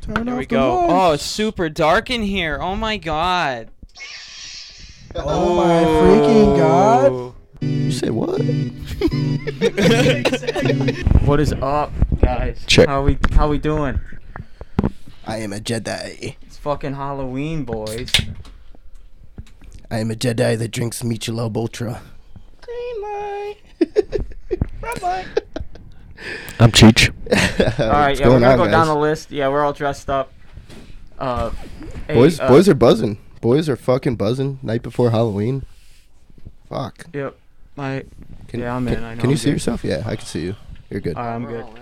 Turn There off we the go. lights. Oh, it's super dark in here. Oh my god. Oh my freaking god. Oh. You say what? What is up, guys? Check. How we how we doing? I am a Jedi. It's fucking Halloween, boys. Uh, I am a Jedi that drinks Michelob Ultra. Green light. Red light. I'm Cheech. all right, yeah, we're gonna go down the list. Yeah, we're all dressed up. Uh, hey, boys, uh, boys are buzzing. Boys are fucking buzzing. Night before Halloween. Fuck. Yep. My, Can, Yeah, I'm can, in. I know Can you I'm see good. yourself? Yeah, I can see you. You're good. all right, I'm good. All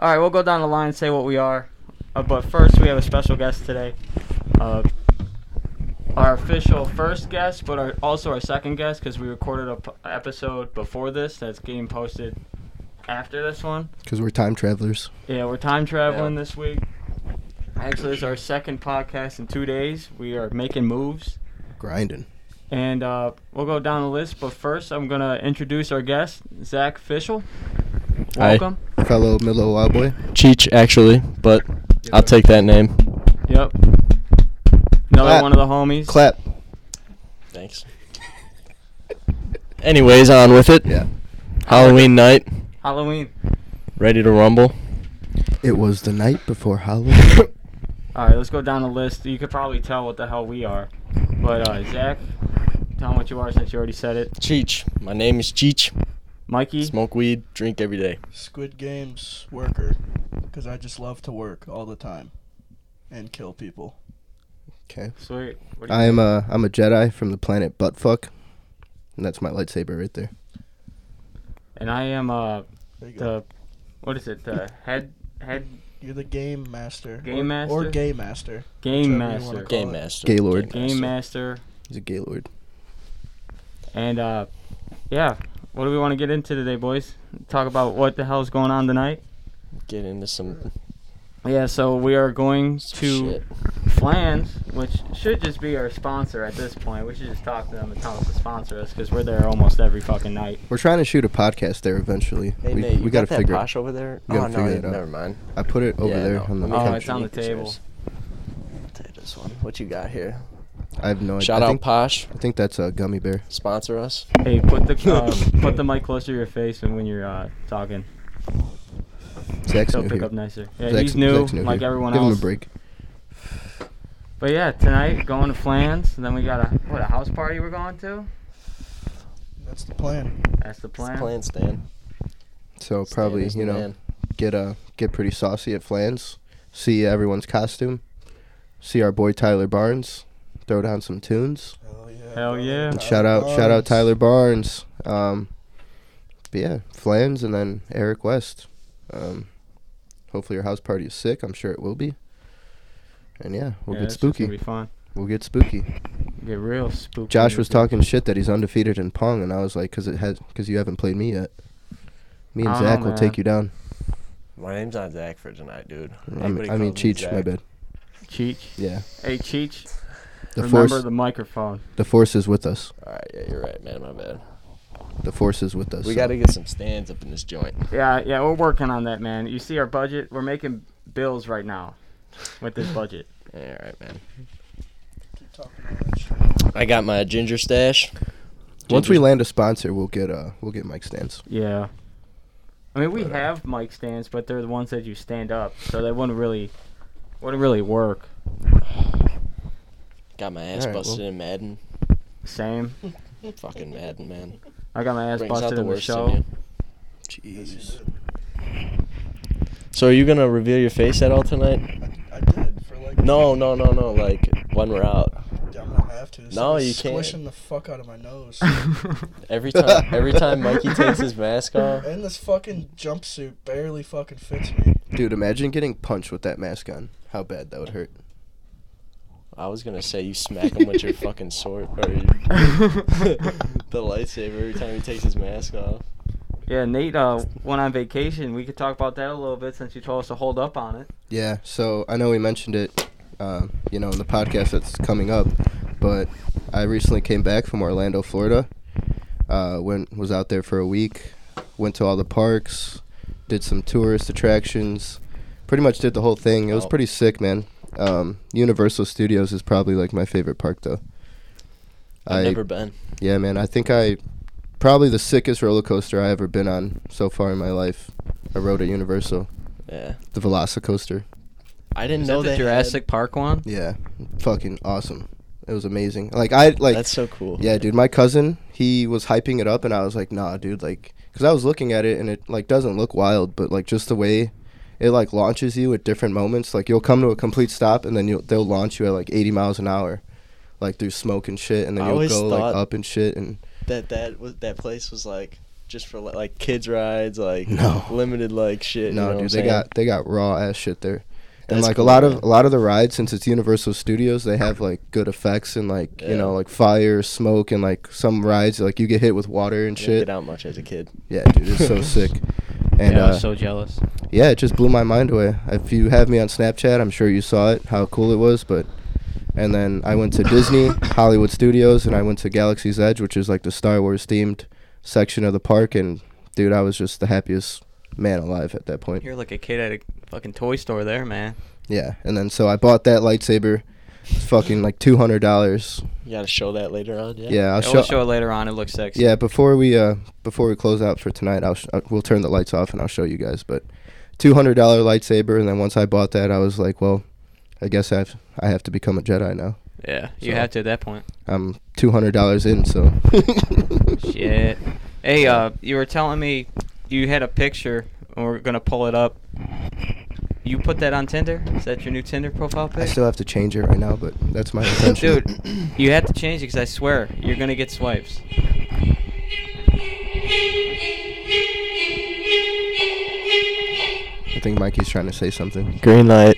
right, we'll go down the line and say what we are. Uh, but first, we have a special guest today. Uh, our official first guest, but our, also our second guest because we recorded an episode before this that's getting posted after this one. Because we're time travelers. Yeah, we're time traveling this week. Actually, it's our second podcast in two days. We are making moves, Grinding. and uh, we'll go down the list. But first, I'm gonna introduce our guest, Zach Fischel. Hi. Welcome. Fellow Milo Wild Boy. Cheech, actually, but I'll take that name. Yep. Another Clap. one of the homies. Clap. Thanks. Anyways, on with it. Yeah. Halloween night, Halloween. ready to rumble. It was the night before Halloween. All right, let's go down the list. You could probably tell what the hell we are. But uh, Zach, tell them what you are since you already said it. Cheech. My name is Cheech. Mm-hmm. Mikey. Smoke weed, drink every day. Squid Games worker. Because I just love to work all the time and kill people. okay. Sweet. What do you- I am a I'm a Jedi from the planet Buttfuck, and that's my lightsaber right there. and I am uh There you go. the what is it the head head You're the game master. Game or, Or master? gay master. Whichever game you wanna master call Game it. master. Gaylord. game master He's a Gaylord. and uh yeah what do we want to get into today boys talk about what the hell's going on tonight Get into some, yeah so we are going some to shit. Flans, which should just be our sponsor at this point. We should just talk to them and tell them to sponsor us because we're there almost every fucking night. We're trying to shoot a podcast there eventually. we we gotta figure. it- over there? Oh, we gotta figure it out. mind. I put it over Yeah, there no, on the let me Oh, come couch. it's on the drink this table. yours. Take this one. What you got here? I have no idea. Shout I out think, Posh. I think that's a gummy bear. Sponsor us. Hey, put the uh, put the mic closer to your face and when you're uh, talking, Zach's so new pick here. up nicer. Yeah, Zach's- he's new, Zach's like here. everyone Give else. him a break. But yeah, tonight going to Flans, and then we got a what a house party we're going to. That's the plan. That's the plan. Plan Stan. So Stan probably is the you know man. get uh get pretty saucy at Flans. See everyone's costume. See our boy Tyler Barnes. Throw down some tunes. Hell yeah. Hell brother. yeah. And shout out, shout out Barnes. Tyler Barnes. Um, but yeah, Flans and then Eric West. Um, hopefully your house party is sick. I'm sure it will be. And yeah, we'll Yeah, it's get just spooky. Gonna be fun. We'll get spooky. Get real spooky. Josh was talking shit that he's undefeated in Pong, and I was like, because it has, because you haven't played me yet. Me and I don't Zach know, will Oh, man. take you down. My name's not Zach for tonight, dude. I mean, Everybody I mean calls me Cheech, my Zach. bad. Cheech. Yeah, Hey Cheech, the remember force, the microphone. the force is with us. All right, yeah, you're right, man. My bad. The force is with us. We so- got to get some stands up in this joint. Yeah, yeah, we're working on that, man. You see our budget? We're making bills right now with this budget. Yeah, all right, man. Keep talking all that shit. I got my ginger stash. Once Ginger- we land a sponsor, we'll get uh, we'll get mic stands. Yeah. I mean, we have mic stands, but they're the ones that you stand up, so they wouldn't really wouldn't really work. got my ass All right, busted well. in Madden. Same. Fucking Madden, man. I got my ass Brings out busted the in the worst in show. you. Yes, Jeez. you did. So are you gonna reveal your face at all tonight? I, I did for like. No, no, no, no. Like when we're out, I'm gonna have to. This No, thing is you can't. Squishing the fuck out of my nose. every time, every time Mikey takes his mask off. and this fucking jumpsuit barely fucking fits me. Dude, imagine getting punched with that mask on. How bad that would hurt. I was gonna say you smack him with your fucking sword or your, the lightsaber every time he takes his mask off. yeah, Nate uh, went on vacation. We could talk about that a little bit since you told us to hold up on it. Yeah, so I know we mentioned it, uh, you know, in the podcast that's coming up, but I recently came back from Orlando, Florida. Uh, went was out there for a week, went to all the parks, did some tourist attractions, pretty much did the whole thing. It was Oh. pretty sick, man. Um, Universal Studios is probably like my favorite park though. I've I never been. yeah, man. I think I probably the sickest roller coaster I ever been on so far in my life. I rode at Universal, Yeah. the Velocicoaster. I didn't Is know that the they Jurassic Park one? Yeah, fucking awesome. It was amazing. Like I Had, like That's so cool. Yeah, dude, my cousin, he was hyping it up, and I was like, nah, dude, like, because I was looking at it, and it, like, doesn't look wild, but, like, just the way it, like, launches you at different moments. Like, you'll come to a complete stop, and then you'll, they'll launch you at, like, 80 miles an hour, like, through smoke and shit, and then I you'll always go, like, thought- up and shit, and That that was that place was like just for li- like kids rides, like No. limited like shit. you no, know what I'm dude, they saying? got, they got raw ass shit there. and That's like cool, a lot man. of a lot of the rides since it's universal studios they have like good effects and like you Yeah. know like fire smoke and like some rides like you get hit with water and I didn't shit get out much as a kid. yeah dude it's so sick and yeah, I uh, was so jealous. yeah, it just blew my mind away. If you have me on Snapchat, I'm sure you saw it, how cool it was. But and then I went to Disney, Hollywood Studios, and I went to Galaxy's Edge, which is like the Star Wars themed section of the park. And dude, I was just the happiest man alive at that point. You're like a kid at a fucking toy store there, man. Yeah, and then so I bought that lightsaber, it's fucking like two hundred dollars. You gotta show that later on. Yeah. Yeah, I'll I'll show. show, it later on. It looks sexy. Yeah, before we uh before we close out for tonight, I'll sh- uh, we'll turn the lights off and I'll show you guys. But two hundred dollar lightsaber, and then once I bought that, I was like, well, I guess I've I have to become a Jedi now. Yeah, you So- have to at that point. I'm two hundred dollars in, so Shit. Hey, uh, you were telling me you had a picture, and we're gonna pull it up. You put that on Tinder? Is that your new Tinder profile I pic? still have to change it right now, but that's my intention. Dude, you have to change it because I swear you're gonna get swipes. I think Mikey's trying to say something. Green light.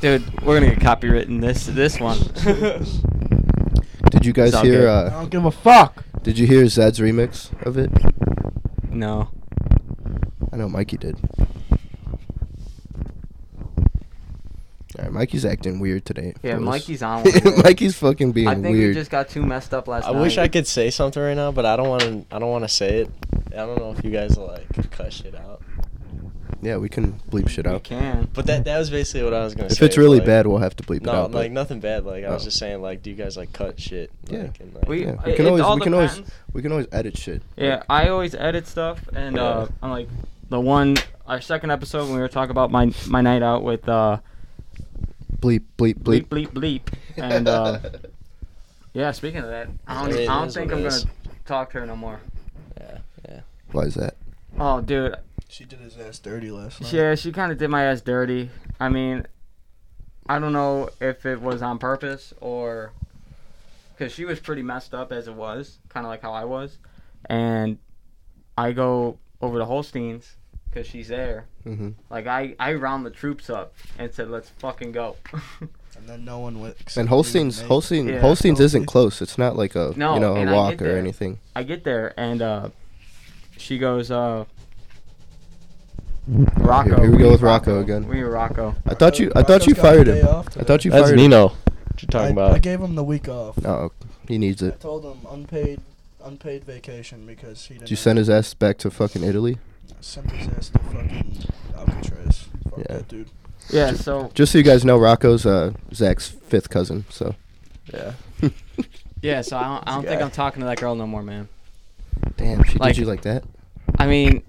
Dude, we're gonna get copywritten this this one. Did you guys Sound hear? good. I Uh, don't give a fuck. did you hear Zed's remix of it? no. I know Mikey did. All right, Mikey's acting weird today. Yeah, fellas. Mikey's on one today. Mikey's fucking being I think weird. we just got too messed up last I night. wish I could say something right now, but I don't want to. I don't want to say it. I don't know if you guys will like cut shit out. Yeah, we can bleep shit You out. can. But that that was basically what I was gonna If say. it's really like- bad, we'll have to bleep No, it out. but like nothing bad. Like I was Oh. just saying, like, do you guys like cut shit? Yeah. Like, and, like, We, Yeah, we it- can it always- all we can always- depends. we can always edit shit. Yeah, I always edit stuff, and uh, I'm like the one our second episode when we were talking about my my night out with uh, Bleep, bleep, bleep bleep. bleep bleep, and uh, yeah. Speaking of that, I don't It I don't is think what I'm it gonna is. talk to her no more. yeah, yeah. Why is that? Oh, dude, She did his ass dirty last night. yeah, she kind of did my ass dirty. I mean, I don't know if it was on purpose or because she was pretty messed up as it was, kind of like how I was, and I go over to Holstein's because she's there. Mm-hmm. Like I, I round the troops up and said, "Let's fucking go." And then no one went. except And you Holstein's me. Holstein Yeah. Holstein's isn't Holstein. close. It's not like a No, you know and a I walk get or there. anything. I get there and uh, she goes, uh, "Rocco." here we go with Rocco again. We were Rocco. I thought you I Rocco's thought you got the fired day him. off I thought you That's fired him. Nino. What you I, talking I about? gave him the week off. No, Oh, he needs I it. told him unpaid unpaid vacation because he didn't. Did you send have- his ass back to fucking Italy? sent his ass to fucking Alcatraz. Fuck Yeah. that dude. Yeah. So Just so you guys know, Rocco's uh, Zach's fifth cousin. So Yeah. yeah. So I don't, I don't think I'm talking to that girl no more, man. damn, she Like- did you like that? I mean,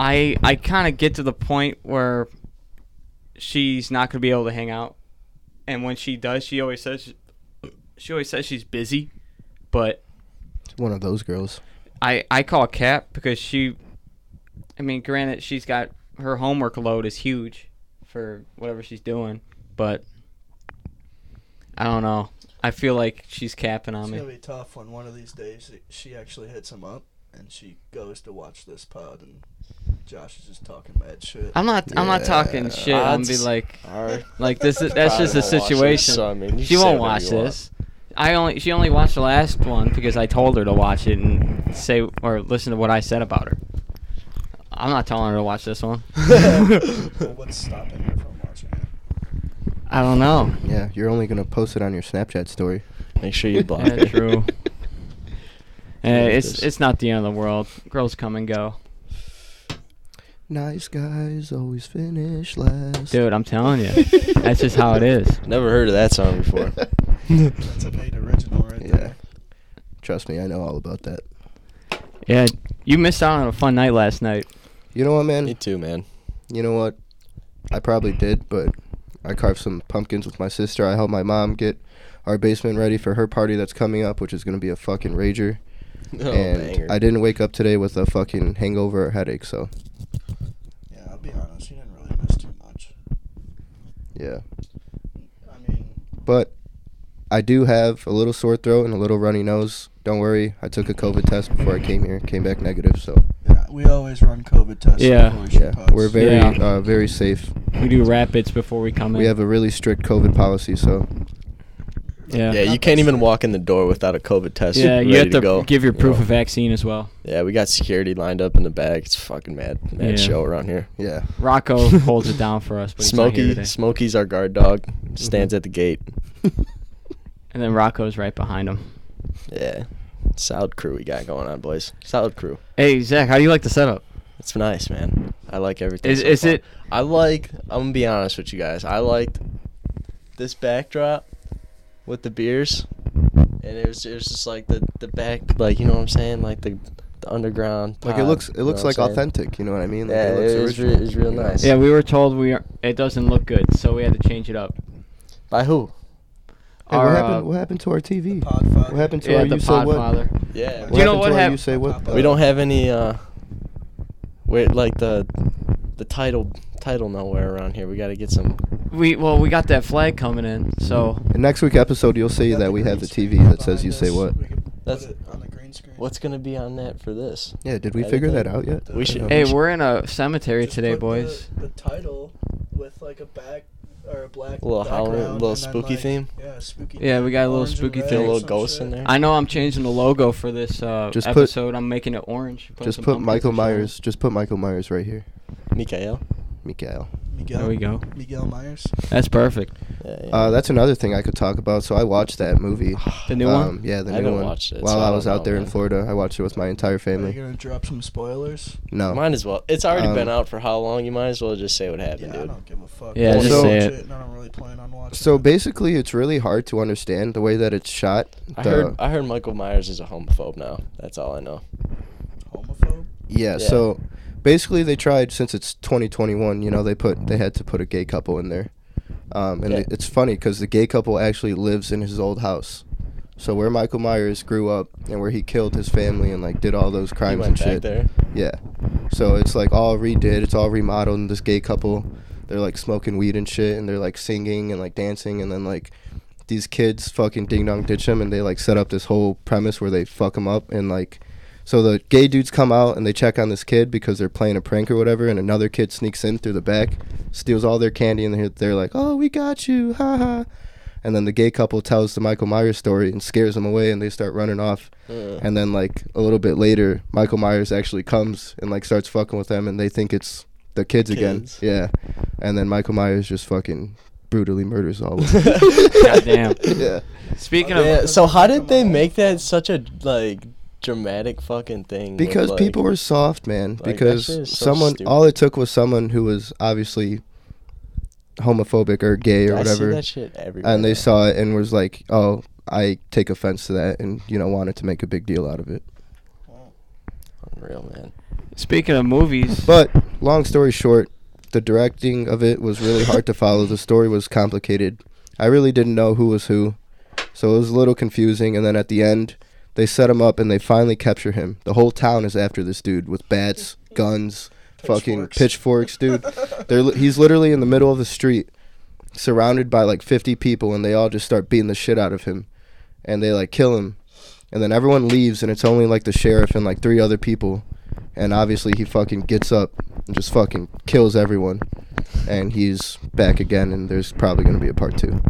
I I kind of get to the point where she's not gonna be able to hang out, and when she does, she always says she always says she's busy, but One of those girls. I I call cap because she, I mean, granted she's got her homework load is huge for whatever she's doing, but I don't know. I feel like she's capping on It's gonna me. be tough when one of these days she actually hits him up and she goes to watch this pod and Josh is just talking mad shit. I'm not. I'm not talking Yeah. shit. I'm be Odds like, Alright. like this. Is, that's just Probably the won't watch situation. this, so, I mean, you she say won't whatever watch you want. this. I only. She only watched the last one because I told her to watch it and say or listen to what I said about her. I'm not telling her to watch this one. well, what's stopping her from watching it? I don't know. Yeah, you're only gonna post it on your Snapchat story. Make sure you block Yeah, it. true. Eh, Yeah, it it's is. it's not the end of the world. Girls come and go. Nice guys always finish last. Dude, I'm telling you. That's just how it is. Never heard of that song before. That's a Nate original right Yeah. there. Trust me, I know all about that. Yeah, you missed out on a fun night last night. You know what, man? Me too, man. You know what? I probably did, but I carved some pumpkins with my sister. I helped my mom get our basement ready for her party that's coming up, which is going to be a fucking rager. Oh, and banger. I didn't wake up today with a fucking hangover or headache, so Yeah, I'll be honest. You didn't really miss too much. yeah. I mean, But I do have a little sore throat and a little runny nose. Don't worry, I took a COVID test before I came here. Came back negative, so yeah, we always run COVID tests. Yeah. before we shoot yeah, pods. we're very Yeah. uh, very safe. We do rapids before we come in. We have a really strict COVID policy, so yeah. yeah, you can't even walk in the door without a COVID test. Yeah, ready you have to, go. give your you proof know? of vaccine as well. Yeah, we got security lined up in the back. It's fucking mad, mad Yeah. show around here. yeah. Rocco holds it down for us, but he's not here Smokey, today. Mm-hmm. Smokey's our guard dog. Stands at the gate. And then Rocco's right behind him. Yeah, solid crew we got going on, boys. Solid crew. Hey Zach, how do you like the setup? It's nice, man. I like everything. Is- so is far. it- I like. I'm gonna be honest with you guys. I liked this backdrop with the beers, and it was it was just like the the back, like you know what I'm saying, like the the underground. Like it pod, looks it you know looks like what I'm saying? authentic. You know what I mean? Like, Yeah, it looks it is re- it's real you know? nice. Yeah, we were told we are, it doesn't look good, so we had to change it up. By who? Hey, Our, what uh, happened? What happened to our TV? Podfather. What happened to yeah, our the you say what? Podfather. Yeah. Do What you know happened what to our hap- you say what? we don't have any. uh Wait, like the the title title nowhere around here. We got to get some. We well, we got that flag coming in, so Mm-hmm. And next week episode, you'll see that we have the TV that says you say what. That's That's- on the green screen. What's gonna be on that for this? Yeah, did we figure that out yet? We I should- don't know. hey, we're in a cemetery Just today, put the- boys. The, title with like a back or a black A little background, Halloween- little and then, spooky like, theme? Yeah, spooky. Yeah, we got a little orange and spooky red Get a thing. or little some ghost shit. in there. I know I'm changing the logo for this uh, Just put- episode. I'm making it orange. putting Just some put pumpkins Michael and shit on it. Myers. Just put Michael Myers right here, Mikael. Mikael. Miguel, There we go. Miguel Myers. That's perfect. Yeah, yeah. Uh, that's another thing I could talk about. So I watched that movie. The new Um, one. yeah, the I new haven't one. watched it, While so I I don't was out know, there in man. Florida, I watched it with my entire Are you family. gonna drop some spoilers? No. Might as well. It's already Um, been out for how long? You might as well just say what happened, yeah, I dude. don't give a fuck. Yeah, just so, say it. And I don't really plan on watching. So it. basically, it's really hard to understand the way that it's shot. I The- heard. uh, I heard Michael Myers is a homophobe now. That's all I know. homophobe. yeah, yeah. So basically, they tried since it's 2021. You know, they put they had to put a gay couple in there, um, and Yeah. it- it's funny because the gay couple actually lives in his old house. So where Michael Myers grew up and where he killed his family and like did all those He crimes went and back shit. there. Yeah. So it's like all redid, it's all remodeled and this gay couple they're like smoking weed and shit and they're like singing and like dancing and then like these kids fucking ding dong ditch them and they like set up this whole premise where they fuck them up and like so the gay dudes come out and they check on this kid because they're playing a prank or whatever and another kid sneaks in through the back, steals all their candy and they're, they're like, "Oh, we got you." Ha ha. And then the gay couple tells the Michael Myers story and scares them away and they start running off Uh, and then like a little bit later, Michael Myers actually comes and like starts fucking with them, and they think it's the kids, again. Kids. Yeah, and then Michael Myers just fucking brutally murders all of them. Goddamn. yeah, Speaking of, yeah, so how did they make that such a like dramatic fucking thing? with, because like- people were soft, man. that because shit is so someone, stupid. all it took was someone who was obviously homophobic or gay or I see whatever, that shit everywhere. and they now. saw it and was like, "Oh, I take offense to that," and you know wanted to make a big deal out of it. Unreal, man. speaking of movies, But long story short, the directing of it was really hard to follow. The story was complicated. I really didn't know who was who, so it was a little confusing. And then at the end, they set him up and they finally capture him. The whole town is after this dude with bats, guns, fucking pitchforks, dude. They're li- he's literally in the middle of the street, surrounded by like 50 people, and they all just start beating the shit out of him, and they like kill him, and then everyone leaves, and it's only like the sheriff and like three other people, and obviously he fucking gets up and just fucking kills everyone, and he's back again, and there's probably gonna be a part two.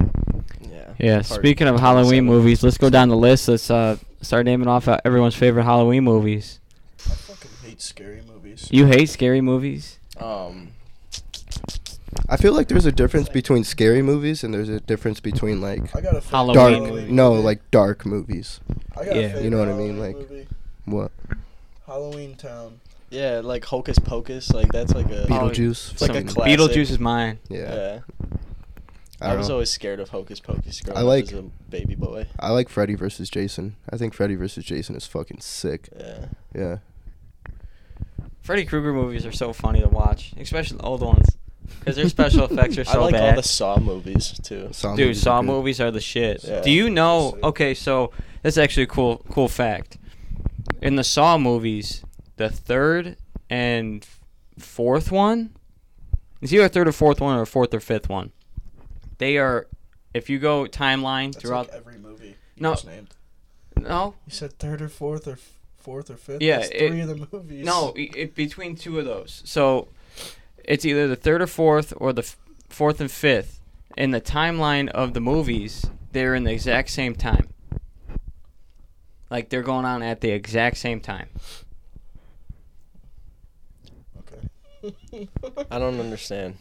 Yeah. yeah, Part speaking of Halloween 27. movies, let's go down the list. Let's uh, start naming off uh, everyone's favorite Halloween movies. I fucking hate scary movies. You hate scary movies? Um. I feel like there's a difference between scary movies and there's a difference between like I got a favorite Halloween. dark, Halloween no, movie. like dark movies. I got a yeah. favorite You know what I mean, Halloween like- movie. What? Halloween Town. Yeah, like Hocus Pocus, like that's Oh, like a Beetle- Beetlejuice. It's like a Some- classic. Beetlejuice is mine. yeah. yeah. I, I, was don't know. always scared of Hocus Pocus growing I like- up as a baby boy. I like Freddy versus Jason. I think Freddy versus Jason is fucking sick. Yeah. Yeah. Freddy Krueger movies are so funny to watch, especially the old ones, because their special effects are so I like bad. all the Saw movies too. Saw Dude, movies are Saw good. movies are the shit. Yeah. Do you know? Sick. Okay, so that's actually a cool, cool fact. In the Saw movies, the third and fourth one, it's either a third or fourth one or a fourth or fifth one. They are, if you go timeline That's throughout. like every movie. You No. just named. no, You said third or fourth or f- fourth or fifth. Yeah, That's it- three of the movies. no, i it, between two of those. So it's either the third or fourth or the f- fourth and fifth. In the timeline of the movies, they're in the exact same time. Like they're going on at the exact same time. Okay. I don't understand.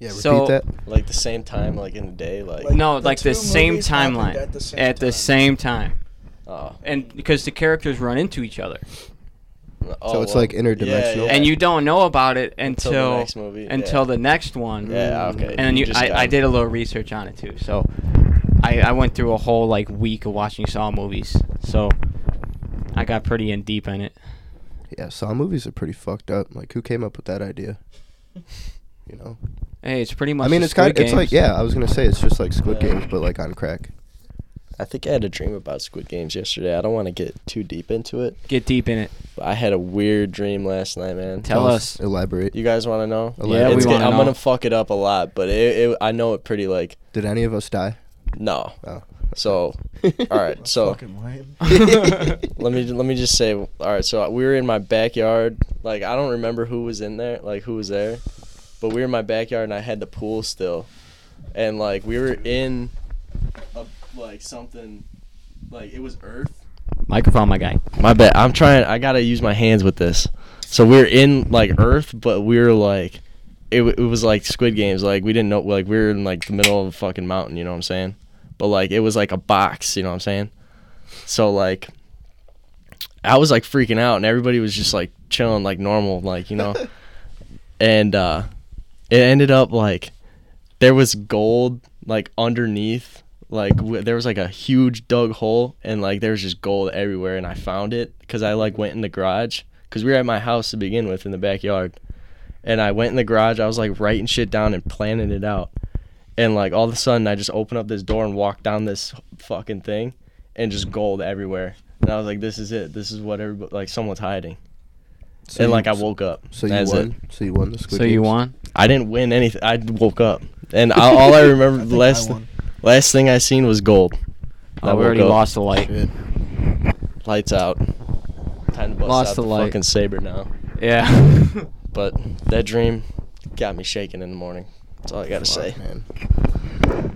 Yeah, repeat So- that. Like the same time, like in the day, like, Like- no, the like the two same movies happened timeline at the same at the time. same time, oh, and because the characters run into each other, oh, So it's, like, interdimensional. yeah. and you don't know about it until until the the next movie. yeah. next one. Yeah, okay. And then you, just got I, I it. did a little research on it too, so I, I went through a whole like week of watching Saw movies, so I got pretty in deep in it. Yeah, Saw movies are pretty fucked up. Like, who came up with that idea? You know, Hey, it's pretty much. I mean, the it's kind, Squid it's like, Games. yeah, I was gonna say it's just like Squid Yeah. Games, but like on crack. I think I had a dream about Squid Games yesterday. I don't want to get too deep into it. Get deep in it. But I had a weird dream last night, man. Tell us. Elaborate. You guys want to know? Yeah, It's we gonna- wanna I'm know. gonna fuck it up a lot, but it, it, I know it pretty like Did any of us die? no. Oh. So, all right. That's So fucking lame. let me let me just say, all right. So we were in my backyard. Like I don't remember who was in there, like who was there, but we were in my backyard and I had the pool still, and like we were in, a, like something, like it was earth. Microphone, my guy. My bad. I'm trying. I gotta use my hands with this. So we're in like Earth, but we're like, it, w- it was like Squid Games. Like we didn't know. Like we were in like the middle of a fucking mountain. You know what I'm saying? But like it was like a box. You know what I'm saying? So like, I was like freaking out, and everybody was just like chilling, like normal, like you know. and uh, it ended up like there was gold like underneath like w- there was like a huge dug hole and like there was just gold everywhere and i found it because i like went in the garage because we were at my house to begin with in the backyard and i went in the garage i was like writing shit down and planning it out and like all of a sudden i just opened up this door and walked down this fucking thing and just gold everywhere and i was like this is it this is what everybody like someone's hiding So and you- like i woke up So you That's it. won. So you won the Squid So you Games? won. i didn't win anything i woke up and I, all i remember I the think last I won. Last thing I seen was gold. I Oh, we woke already up. lost the light. Shit. Lights out. Time to bust Lost out the the, light. fucking saber now. Yeah. But that dream got me shaking in the morning. That's all I gotta say. Fuck, man.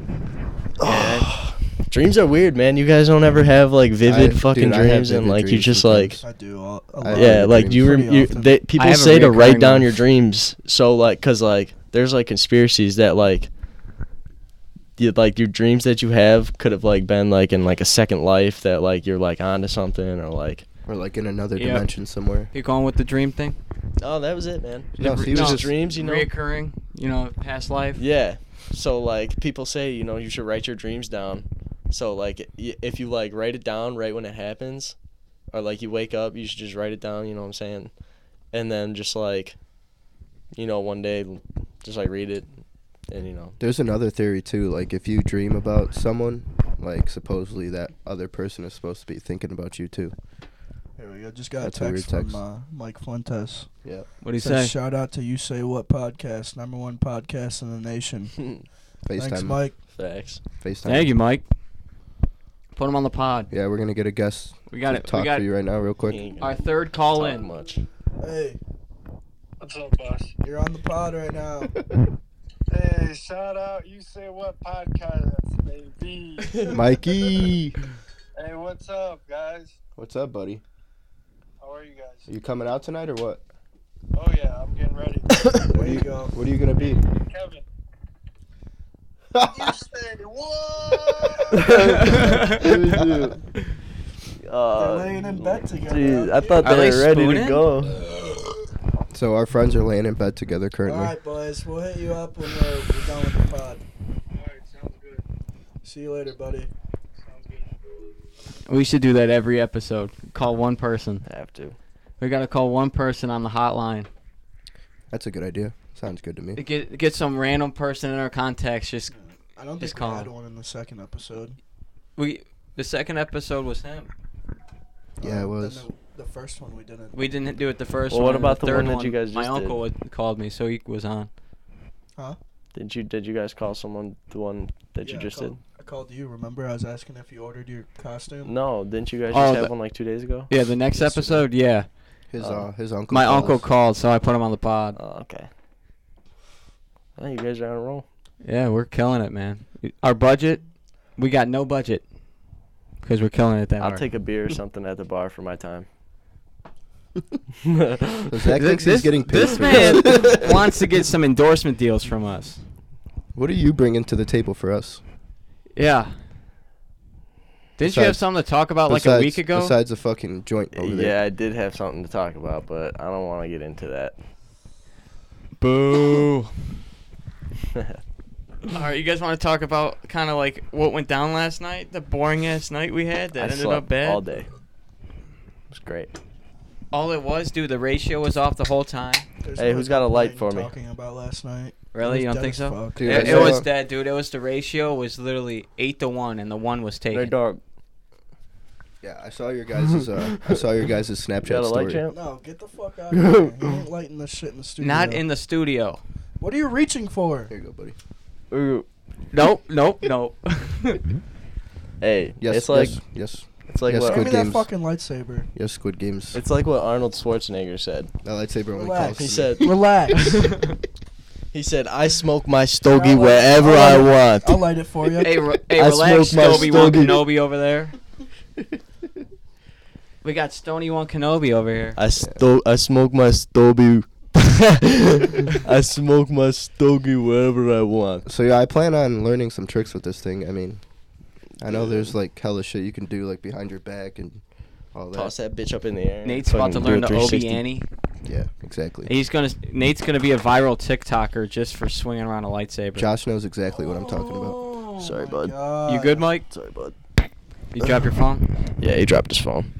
Dreams are weird, man. You guys don't ever have like vivid I- fucking dude, I have dreams and vivid like you dreams just like sometimes. I do. All, a I- lot. yeah, like dreams you, rem- pretty you often. they, people have a say to write reoccurring down one. your dreams. So like, cause like there's like conspiracies that like, you, like your dreams that you have could have like been like in like a second life that like you're like onto something or like Or like in another Yeah. dimension somewhere. you going with the dream thing? oh that was it, man. No, The- see, it was just dreams, you know? Reoccurring, you know, past life. Yeah. So like people say, you know, you should write your dreams down. So like y- if you like write it down right when it happens or like you wake up, you should just write it down, you know what I'm saying? And then just like you know, one day just like read it and you know. There's another theory too. Like if you dream about someone, like supposedly that other person is supposed to be thinking about you too. Here we go. Just got That's a a weird text, text. from uh, Mike Fuentes. What do you Says, say? Shout out to You Say What podcast, number one podcast in the nation. Thanks, FaceTime. Mike. Facts. FaceTime. Thank you, Mike. Put him on the pod. Yeah, we're gonna get a guest We got to it. talk We got to you right now, real quick. He ain't gonna our third call talk in. much. Hey, What's up, boss? you're on the pod right now. Hey, shout out! You say what podcast, baby? Mikey, hey, what's up, guys? what's up, buddy? How are you guys? Are you coming out tonight or what? Oh yeah, I'm getting ready. There you go. What are you gonna be? Kevin. You say what? They're laying in bed together. Jeez, out I here. Uh, thought Are they they were ready to spooning? go. So our friends are laying in bed together All currently. right, boys. We'll hit you up when we're, we're done with the pod. Alright, sounds good. See you later, buddy. Sounds good. We should do that every episode. Call one person. Have to. We gotta call one person on the hotline. That's a good idea. Sounds good to me. Get get some random person in our contacts. Just I don't Just think call we had him. one in the second episode. we. The second episode was him. Yeah, Um, it then was. The, the first one we didn't. We didn't do it the first. Well, one what and about the third one that you guys My just did? uncle had called me, so he was on. Did you did you guys call someone the one that Yeah, you I just called- I called you. Remember, I was asking if you ordered your did? costume. No, didn't you guys Oh, just have the- one like two days ago? Yeah, the next Yesterday. episode. Yeah, His Oh. uh, his uncle. my called uncle us. called, so I put him on the pod. Oh, okay. Oh, you guys are on a roll. Yeah, we're killing it, man. Our budget, we got no budget, because we're killing it that I'll hard. take a beer or something at the bar for my time. So Zach Th- this, thinks he's getting paid. This for this. man wants to get some endorsement deals from us. What are you bringing to the table for us? Yeah. Didn't you have Besides- something to talk about Uh, like a Besides- week ago? Besides the fucking joint over yeah, I did have something to talk about, but I don't want to get into that. Boo. All right, you guys want to talk about kind of like what went down last night? The boring ass night we had that I ended slept up bad. all day. It's great. All it was, dude, the ratio was off the whole time. There's Hey, who's got a light thing for me? Talking about last night. Really? It You was don't think dead as so? fuck. Dude, It, I it saw- was that, dude. It was the ratio was literally eight to one, and the one was Hey, taken. dog. there. Yeah, I saw your guys' uh, I saw your guys' Snapchat You got a light story. champ? No, get the fuck out of here. You ain't lighting this shit in the studio. Not in the studio. What are you reaching for? Here you go, buddy. Ooh. Nope, nope, nope. Hey, Yes, it's like yes, yes, it's like yes, what Give Squid me Games. that fucking lightsaber. yes, Squid Games. it's like what Arnold Schwarzenegger said. That lightsaber only Relax. calls. to me. He said Relax. he said I smoke my stogie I'll light- wherever I'll I want. I'll light it for you. hey, re- hey, I relax, smoked my Stoby One stogie. Kenobi over there. We got Stony One Kenobi over here. I sto- I smoke my stogie. I smoke my stogie wherever I want. So yeah, I plan on learning some tricks with this thing. I mean, I know there's like hella shit you can do like behind your back and all that. Toss that bitch up in the air. Nate's about to Fucking do learn a the Obi 360. Annie. Yeah, exactly. He's gonna. Nate's gonna be a viral TikToker just for swinging around a lightsaber. Josh knows exactly what I'm talking about. Oh Sorry, my bud. God. you good, Mike? Sorry, bud. You drop your phone. Yeah, he dropped his phone.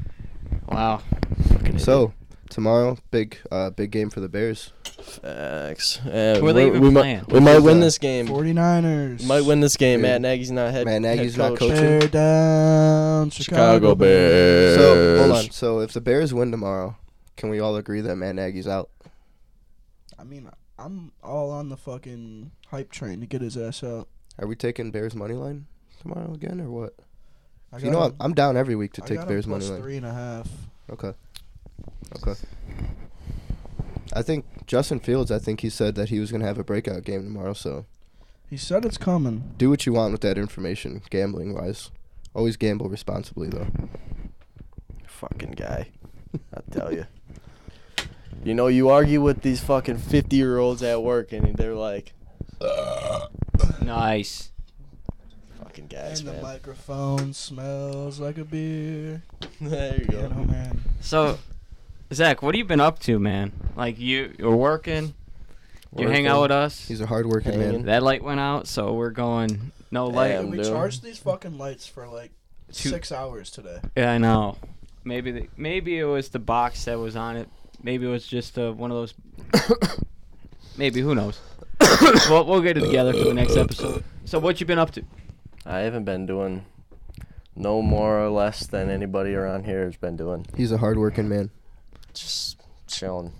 Wow. Fucking So tomorrow, big uh, big game for the Bears. Facts. Yeah, Who are they we're- even we playing? might, we might win Uh, this game. 49ers. We might win this game. Dude. Matt Nagy's not head. Matt Nagy's head not coach. coaching. Tear down Chicago, Chicago Bears. So hold on. Bears. So if the Bears win tomorrow, can we all agree that Matt Nagy's out? I mean, I'm all on the fucking hype train to get his ass out. Are we taking Bears money line tomorrow again or what? I You know got I'm, him- I'm down every week to I take got him Bears money plus line. three and a half. Okay. Okay. I think Justin Fields. I think he said that he was gonna have a breakout game tomorrow. So He said it's coming. do what you want with that information, gambling wise. Always gamble responsibly, though. Fucking guy. I tell you. You know, you argue with these fucking 50 year olds at work, and they're like, Nice. fucking guys, and the man. microphone smells like a beer. there you You know, go. man. So, Zach, what have you been up to, man? Like you, you're working. You hang out with us. He's a hardworking man. Hanging. That light went out, so we're going no Yeah, Dude, light. I'm we doing- charged these fucking lights for like Two- six hours today. Yeah, I know. Maybe the, maybe it was the box that was on it. Maybe it was just uh, one of those. maybe who knows? well, we'll get it together for the next episode. So, what you been up to? I haven't been doing no more or less than anybody around here has been doing. He's a hardworking man. Just chilling.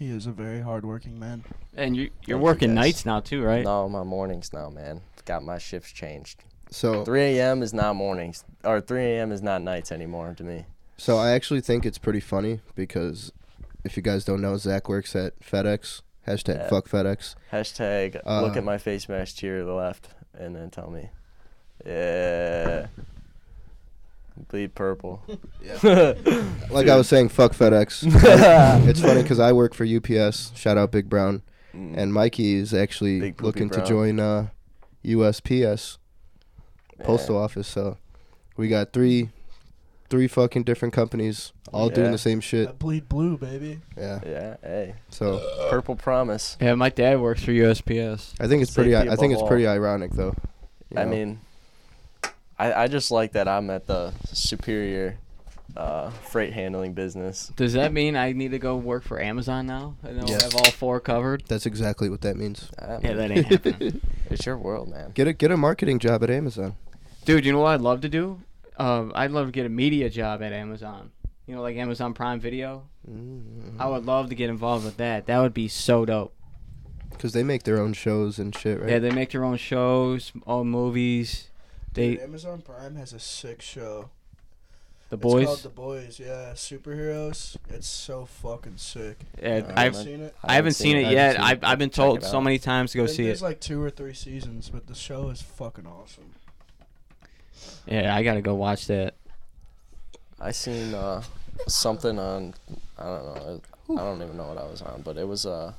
He is a very hardworking man. And you, you're you, working guys. nights now too, right? No, my mornings now, man. Got my shifts changed. So, 3 a.m. is not mornings, or 3 a.m. is not nights anymore to me. so I actually think it's pretty funny because if you guys don't know, Zach works at FedEx. Hashtag Yeah. fuck FedEx. Hashtag look Uh, at my face mask to your left and then tell me. Yeah. Bleed purple. Like I was saying, fuck FedEx. it's funny because I work for UPS. Shout out Big Brown. And Mikey is actually Big Poopy looking to Brown. join uh, USPS. Yeah. postal office. So we got three three fucking different companies all Yeah. doing the same shit. I bleed blue, baby. Yeah. Yeah, hey, So Uh. Purple Promise. Yeah, my dad works for USPS. I think it's pretty. Safety I think it's above pretty ironic though. you I know? mean, I I just like that I'm at the superior uh, freight handling business. Does that mean I need to go work for Amazon now? And then Yes. we'll have all four covered? that's exactly what that means. I Yeah, mean, that ain't happening. it's your world, man. Get a get a marketing job at Amazon. Dude, you know what I'd love to do? Um, I'd love to get a media job at Amazon. You know, like Amazon Prime Video. Mm. Mm. I Mm-hmm. would love to get involved with that. That would be so dope. Because they make their own shows and shit, right? Yeah, they make their own shows, all movies. They, Dude, Amazon Prime has a sick show. the It's called boys. The Boys. Yeah, superheroes. It's so fucking sick. Yeah, Uh, I've, I've seen it. I haven't seen it haven't yet. seen I've, I've been Check it told so out. many times to go There- see There's it. like two or three seasons, but the show is fucking awesome. Yeah, I gotta go watch that. I seen uh, something on I don't know I don't even know what I was on, but it was uh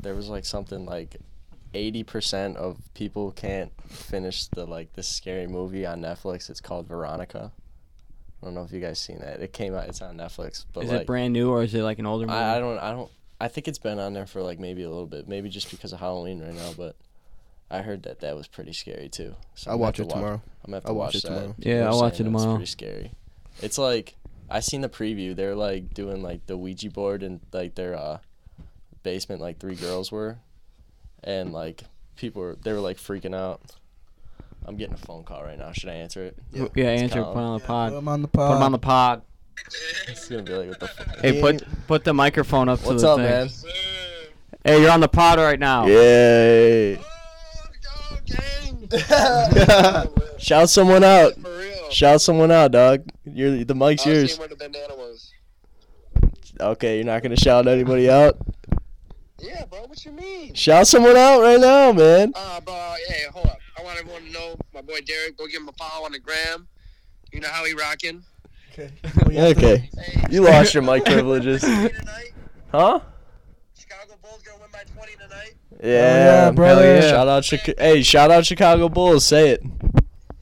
there was like something like eighty percent of people can't finish the like this scary movie on Netflix. It's called Veronica. I don't know if you guys seen that. It came out. It's on Netflix. But Is like, it brand new or is it like an older movie? I, I don't I don't I think it's been on there for like maybe a little bit, maybe just because of Halloween right now. But I heard that that was pretty scary too. So I'll I'm gonna watch have it to watch- tomorrow. I'm gonna have to I'll watch, watch it that. tomorrow. Yeah, People are I'll watch saying it that's tomorrow. Pretty scary. It's like I seen the preview. They're like doing like the Ouija board and like their uh, basement. Like three girls were, and like people were they were like freaking out. I'm getting a phone call right now. Should I answer it? yeah, answer. Colin. Put Yeah, on the pod. Put Put 'em on the pod. them on the pod. It's gonna be like what the. Fuck? Hey, put put the microphone up to What's the up, thing. Oh. man? Hey, you're on the pod right now. Yay! Shout someone out. For real. Shout someone out, dog. You're the mic's I was yours. seeing where the banana was. Okay, you're not gonna shout anybody out. Yeah, bro. What you mean? Shout someone out right now, man. Oh, Uh, bro. Hey, hold up. I want everyone to know my boy Derek. Go give him a follow on the gram. You know how he rocking. Okay. Well, you have to- Okay, Hey, you lost your mic privileges, tonight. huh? Chicago Bulls gonna win by 20 tonight. Oh, Yeah, hell brother. yeah. Shout out, Chica- hey, shout out Chicago Bulls. Say it.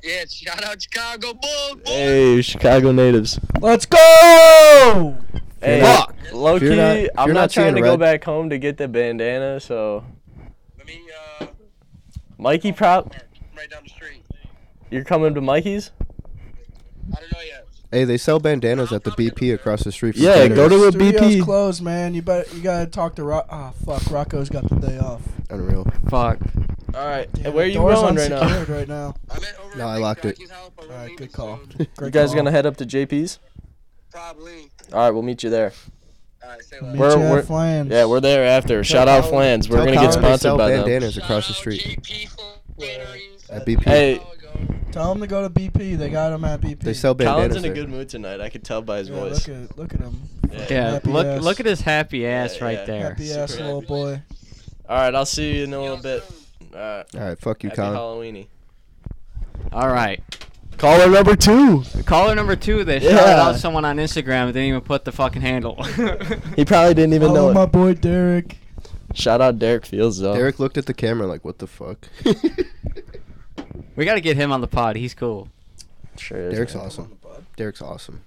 Yeah, shout out Chicago Bulls. boys. Hey, Chicago natives. Let's go. Hey, Fuck. Low If key, you're not- if I'm you're not, not trying seeing to go red- back home to get the bandana, so Let me uh, Mikey, prop, right down the street. you're coming to Mikey's. I don't know yet. hey, they sell bandanas at the BP across the street. From Yeah, Caterers. go to a Studio's BP. closed, man. You better, you gotta talk to Rock. Ah, fuck. Rocco's got the day off. Unreal. Fuck. All right, Damn, where are the you door's going right now? unsecured right now? I'm at over No, at I Big locked it. Jackie's house, but we're All right, leaving good call. soon. Great You guys call. gonna head up to JP's? Probably. All right, we'll meet you there. All right, say less. Meet We're- you at we're- Flans. Yeah, we're there after. Shout out Flans. We're Tell gonna get Colin they sell sponsored by them. bandanas across the Shout out street JP Flannery's. at BP. Hey, Oh, go. Tell them to go to BP. They got him at BP. They sell Colin's bandanas. in a there. good mood tonight. I could tell by his yeah, voice. Look at, look at him. Yeah. Happy look ass. look at his happy ass Yeah, right yeah. there. Happy ass Super little happy. boy. All right, I'll see you in a Yo, little bit. soon. All right, All right, fuck you, happy Colin. Halloweeny. All right. Caller number two. Caller number two that Yeah. shouted out someone on Instagram and didn't even put the fucking handle. He probably didn't even Follow know my boy Derek. it. Shout out Derek Fields though. Derek looked at the camera like, "What the fuck?" we gotta get him on the pod. He's cool. sure is. Derek's man. Come awesome. on, bud. Derek's awesome.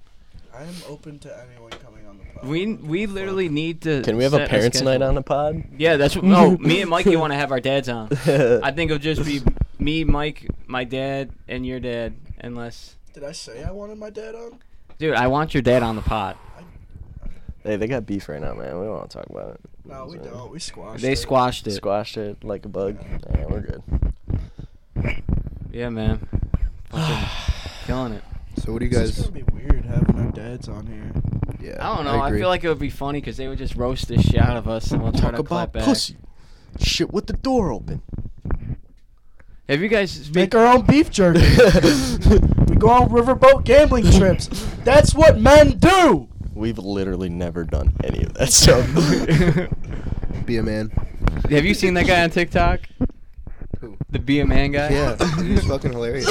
I am open to anyone coming on the pod. I We don't give we a fuck. literally need to. Can we have a set parents' night schedule. on the pod? Yeah, that's what, no. me and Mikey want to have our dads on. I think it'll just be me, Mike, my dad, and your dad. Unless, Did I say I wanted my dad on? dude, I want your dad on the pod. hey, they got beef right now, man. We don't want to talk about it. No, we So, don't. We squashed. They it. squashed it. Squashed it like a bug. Yeah, we're good. Yeah, man. Fucking killing it. So what do you This is guys? gonna be weird having our dads on here. Yeah, I don't know. I, agree. feel like it would be funny because they would just roast the shit out of us and we'll try to clap back. Shit with the door open. Have you guys? Speak- Make our own beef jerky. we go on riverboat gambling trips. That's what men do. We've literally never done any of that stuff. be a man. have you seen that guy on TikTok? Who? The be a man guy. Yeah, he's fucking hilarious.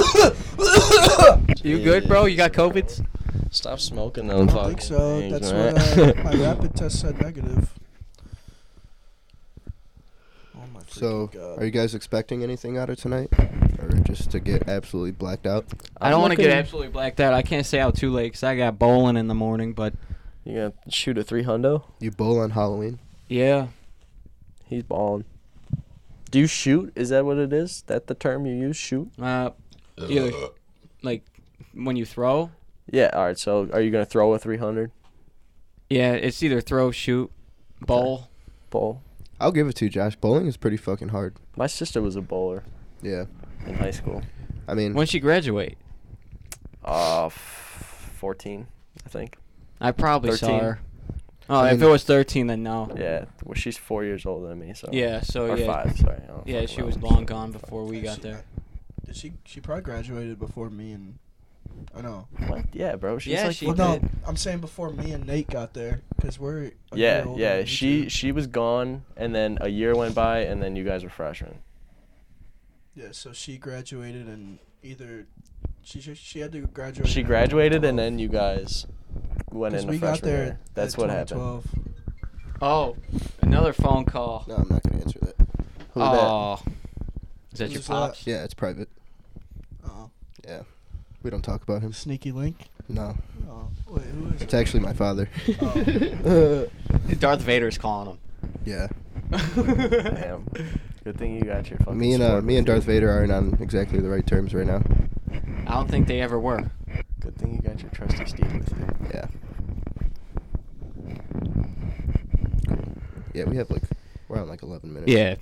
You good, bro? You got Jesus, COVID? Stop smoking I them. don't think fucking so. things, That's uh, man. what uh, my rapid test said negative. Oh my So, God. are you guys expecting anything out of tonight, or just to get absolutely blacked out? I don't want to get looking- absolutely blacked out. I can't stay out too late because I got bowling in the morning. But You gonna shoot a three hundo? You bowl on Halloween. yeah, He's balling. Do you shoot? Is that what it is? That the term you use? Shoot? uh, either like when you throw, Yeah. All right. So are you gonna throw a three hundred yeah, it's either throw, shoot, bowl. bowl? I'll give it to you, Josh. Bowling is pretty fucking hard. My sister was a bowler Yeah. in high school. I mean, When she graduate, Uh, f- fourteen, I think. I probably saw 13. her. Oh, I if mean- it was thirteen, then no. Yeah. Well, she's four years older than me. So. Yeah, so Or yeah, five. Sorry. I don't yeah, fucking she know. was long gone before we got She- there. Did she? She probably graduated before me and. I know. What? Yeah, bro. She's Yeah, like she well, fucking- no, I'm saying before me and Nate got there, cause we're. a year Yeah, older yeah. than you She two. she was gone, and then a year went by, and then you guys were freshmen. Yeah, so she graduated and either. She she, she had to graduate. She in graduated, and 2012, then you guys went 'cause into we got freshman there. year. at- That's at what happened. 2012. Oh, another phone call. no, I'm not gonna answer that. Who oh, is that Who's your that? pops? Yeah, it's private. Oh, We don't talk about him. sneaky link. No, Oh, wait, who is it's it? actually my father. Oh. Darth Vader's calling yeah. that? him. Damn. Good thing you got your fucking. Me and uh, sword me and with Darth you. Vader aren't on exactly the right terms right now. I don't think they ever were. Good thing you got your trusty Steve with you. Yeah. Yeah, we have like we're on like 11 minutes. Yeah.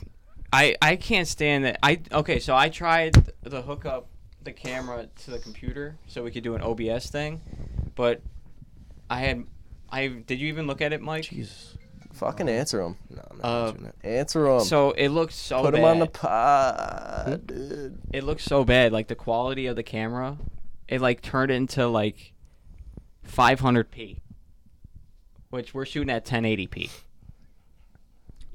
I I can't stand that. I okay, so I tried to hook up the camera to the computer so we could do an OBS thing, but I had I did you even look at it, Mike? Jesus. Fucking answer him. No, I'm not Uh, answering that. Answer Um, him. So it looked so Put bad. him on the Hmm? pod, dude. it looked so bad, like the quality of the camera. It like turned into like 500p, which we're shooting at 1080p.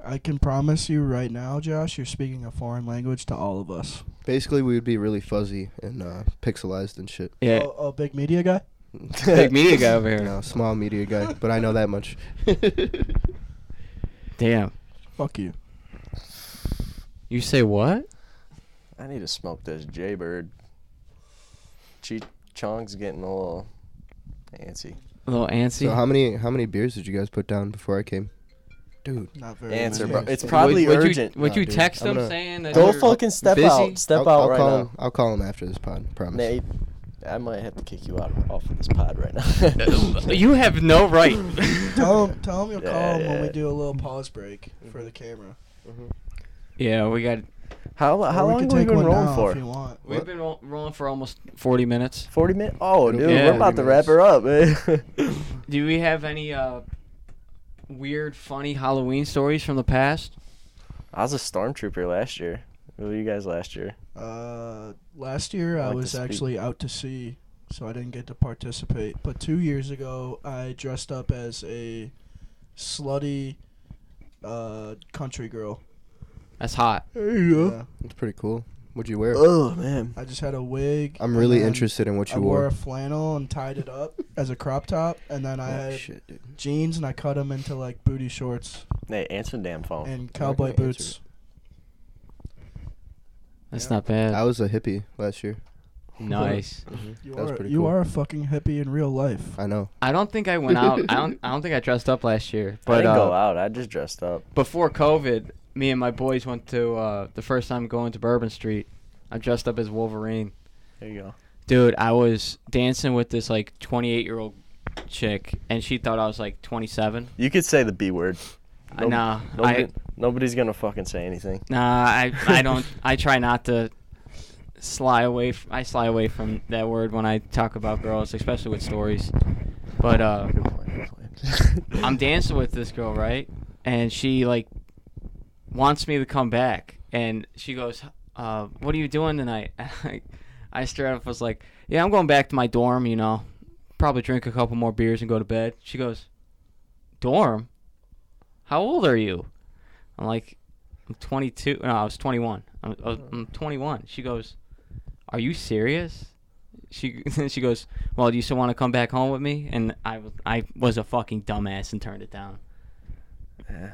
I can promise you right now, Josh, you're speaking a foreign language to all of us. Basically, we would be really fuzzy and uh, pixelized and shit. Yeah, Oh, oh big media guy? big media guy over here. No, small media guy, but I know that much. Damn, Fuck you. you say what? I need to smoke this Jaybird. Cheech Chong's getting a little antsy. A little antsy. So how many how many beers did you guys put down before I came? Dude, Not very Answer, many. bro. It's probably would, would urgent. You, would Nah, you dude, text I'm them gonna- saying that? Go you're- fucking step busy? out. Step I'll, out I'll right call now. Him, I'll call him after this pod. Promise. Nate, I might have to kick you out of- off of this pod right now. You have no right. Tell him, tell him you'll call Yeah, him when we yeah. do a little pause break for the camera. yeah, we got. how Uh, how Or long we have can we take been one now rolling If you for? want. We've been roll- rolling for almost 40 minutes. Forty minutes. Oh, It'll dude, be we're 40 about to wrap her up. eh? Do we have any uh, weird, funny Halloween stories from the past? I was a stormtrooper last year. Who were you guys last year? Uh, last year I I like to was speak. actually out to sea, so I didn't get to participate. But two years ago, I dressed up as a slutty uh, country girl. That's hot. Yeah. It's pretty cool. What'd you wear? Oh man, I just had a wig. I'm and really then interested in what I you wore wore. a flannel and tied it up as a crop top, and then I Oh, had shit, dude. jeans and I cut them into like booty shorts Nate, answer the damn phone. and cowboy gonna answer boots. That's Yeah. not bad. I was a hippie last year. nice. You That was are pretty you cool. are a fucking hippie in real life. I know. I don't think I went out. I don't. I don't think I dressed up last year. I But didn't go uh, out. I just dressed up. before COVID, me and my boys went to uh, the first time going to Bourbon Street. I dressed up as Wolverine. There you go. Dude, I was dancing with this like 28 year old chick, and she thought I was like 27. You could say the b word. I nah, Nobody, I nobody's gonna fucking say anything. nah, I I don't. I try not to sly away. F- I sly away from that word when I talk about girls, especially with stories. But uh, Good point, good point. I'm dancing with this girl, right? And she like wants me to come back, and she goes, uh, "What are you doing tonight?" I, I straight up was like, "Yeah, I'm going back to my dorm. You know, probably drink a couple more beers and go to bed." She goes, "Dorm? How old are you?" I'm like, "I'm 22. No, I was 21. I'm, I'm 21." She goes, "Are you serious?" She she goes, "Well, do you still want to come back home with me?" And I was I was a fucking dumbass and turned it down. Yeah,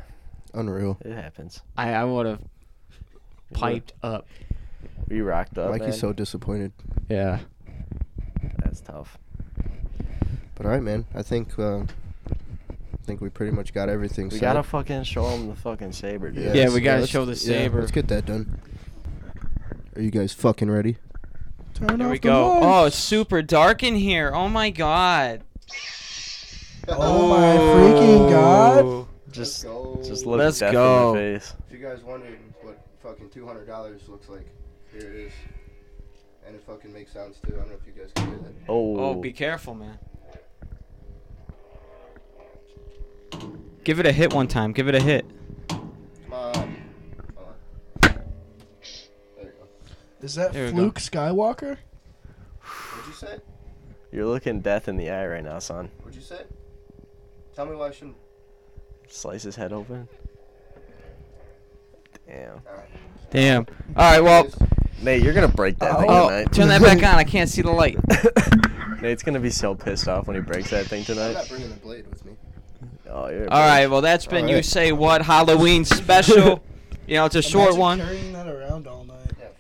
Unreal. it happens. I I would have piped up. We rocked up. Oh, man. Mikey's so disappointed. Yeah. That's tough. But all right, man. I think uh, I think we pretty much got everything. We said. gotta fucking show him the fucking saber, dude. Yeah, let's- we gotta let's- show the yeah, saber. let's get that done. Are you guys fucking ready? Turn There off we the go. lights. Oh, it's super dark in here. Oh my god. Oh my freaking god. Just, just look Let's death go. in the face. If you guys wondering what fucking two hundred dollars looks like, here it is, and it fucking makes sounds too. I don't know if you guys can hear that. Oh, Oh, be careful, man. Give it a hit one time. Give it a hit. Come on. Hold on. There you go. Is that There we go. Fluke Skywalker? What'd you say? you're looking death in the eye right now, son. What'd you say? Tell me why I shouldn't. Slice his head open. Damn, Damn. All right, well, Nate, you're gonna break that thing oh, tonight. turn that back on. I can't see the light. Nate's gonna be so pissed off when he breaks that thing I'm tonight. not bringing the blade with me. Oh, you're. a All right, bitch. well, that's been All you right. say what Halloween special. you know, it's a short Imagine one. Carrying that around all night.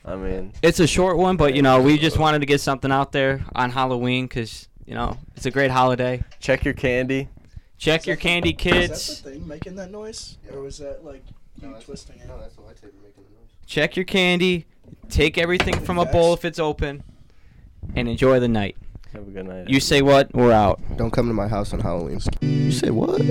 I mean, It's a short one, but you know, we just wanted to get something out there on Halloween because you know it's a great holiday. check your candy. Check your candy, Is kids. that the thing making that noise, or was that like you that's- twisting it? No, that's the lightsaber making the noise. Check your candy. Take everything from a bowl if it's open, and enjoy the night. Have a good night. You say what? We're out. Don't come to my house on Halloween. You say what?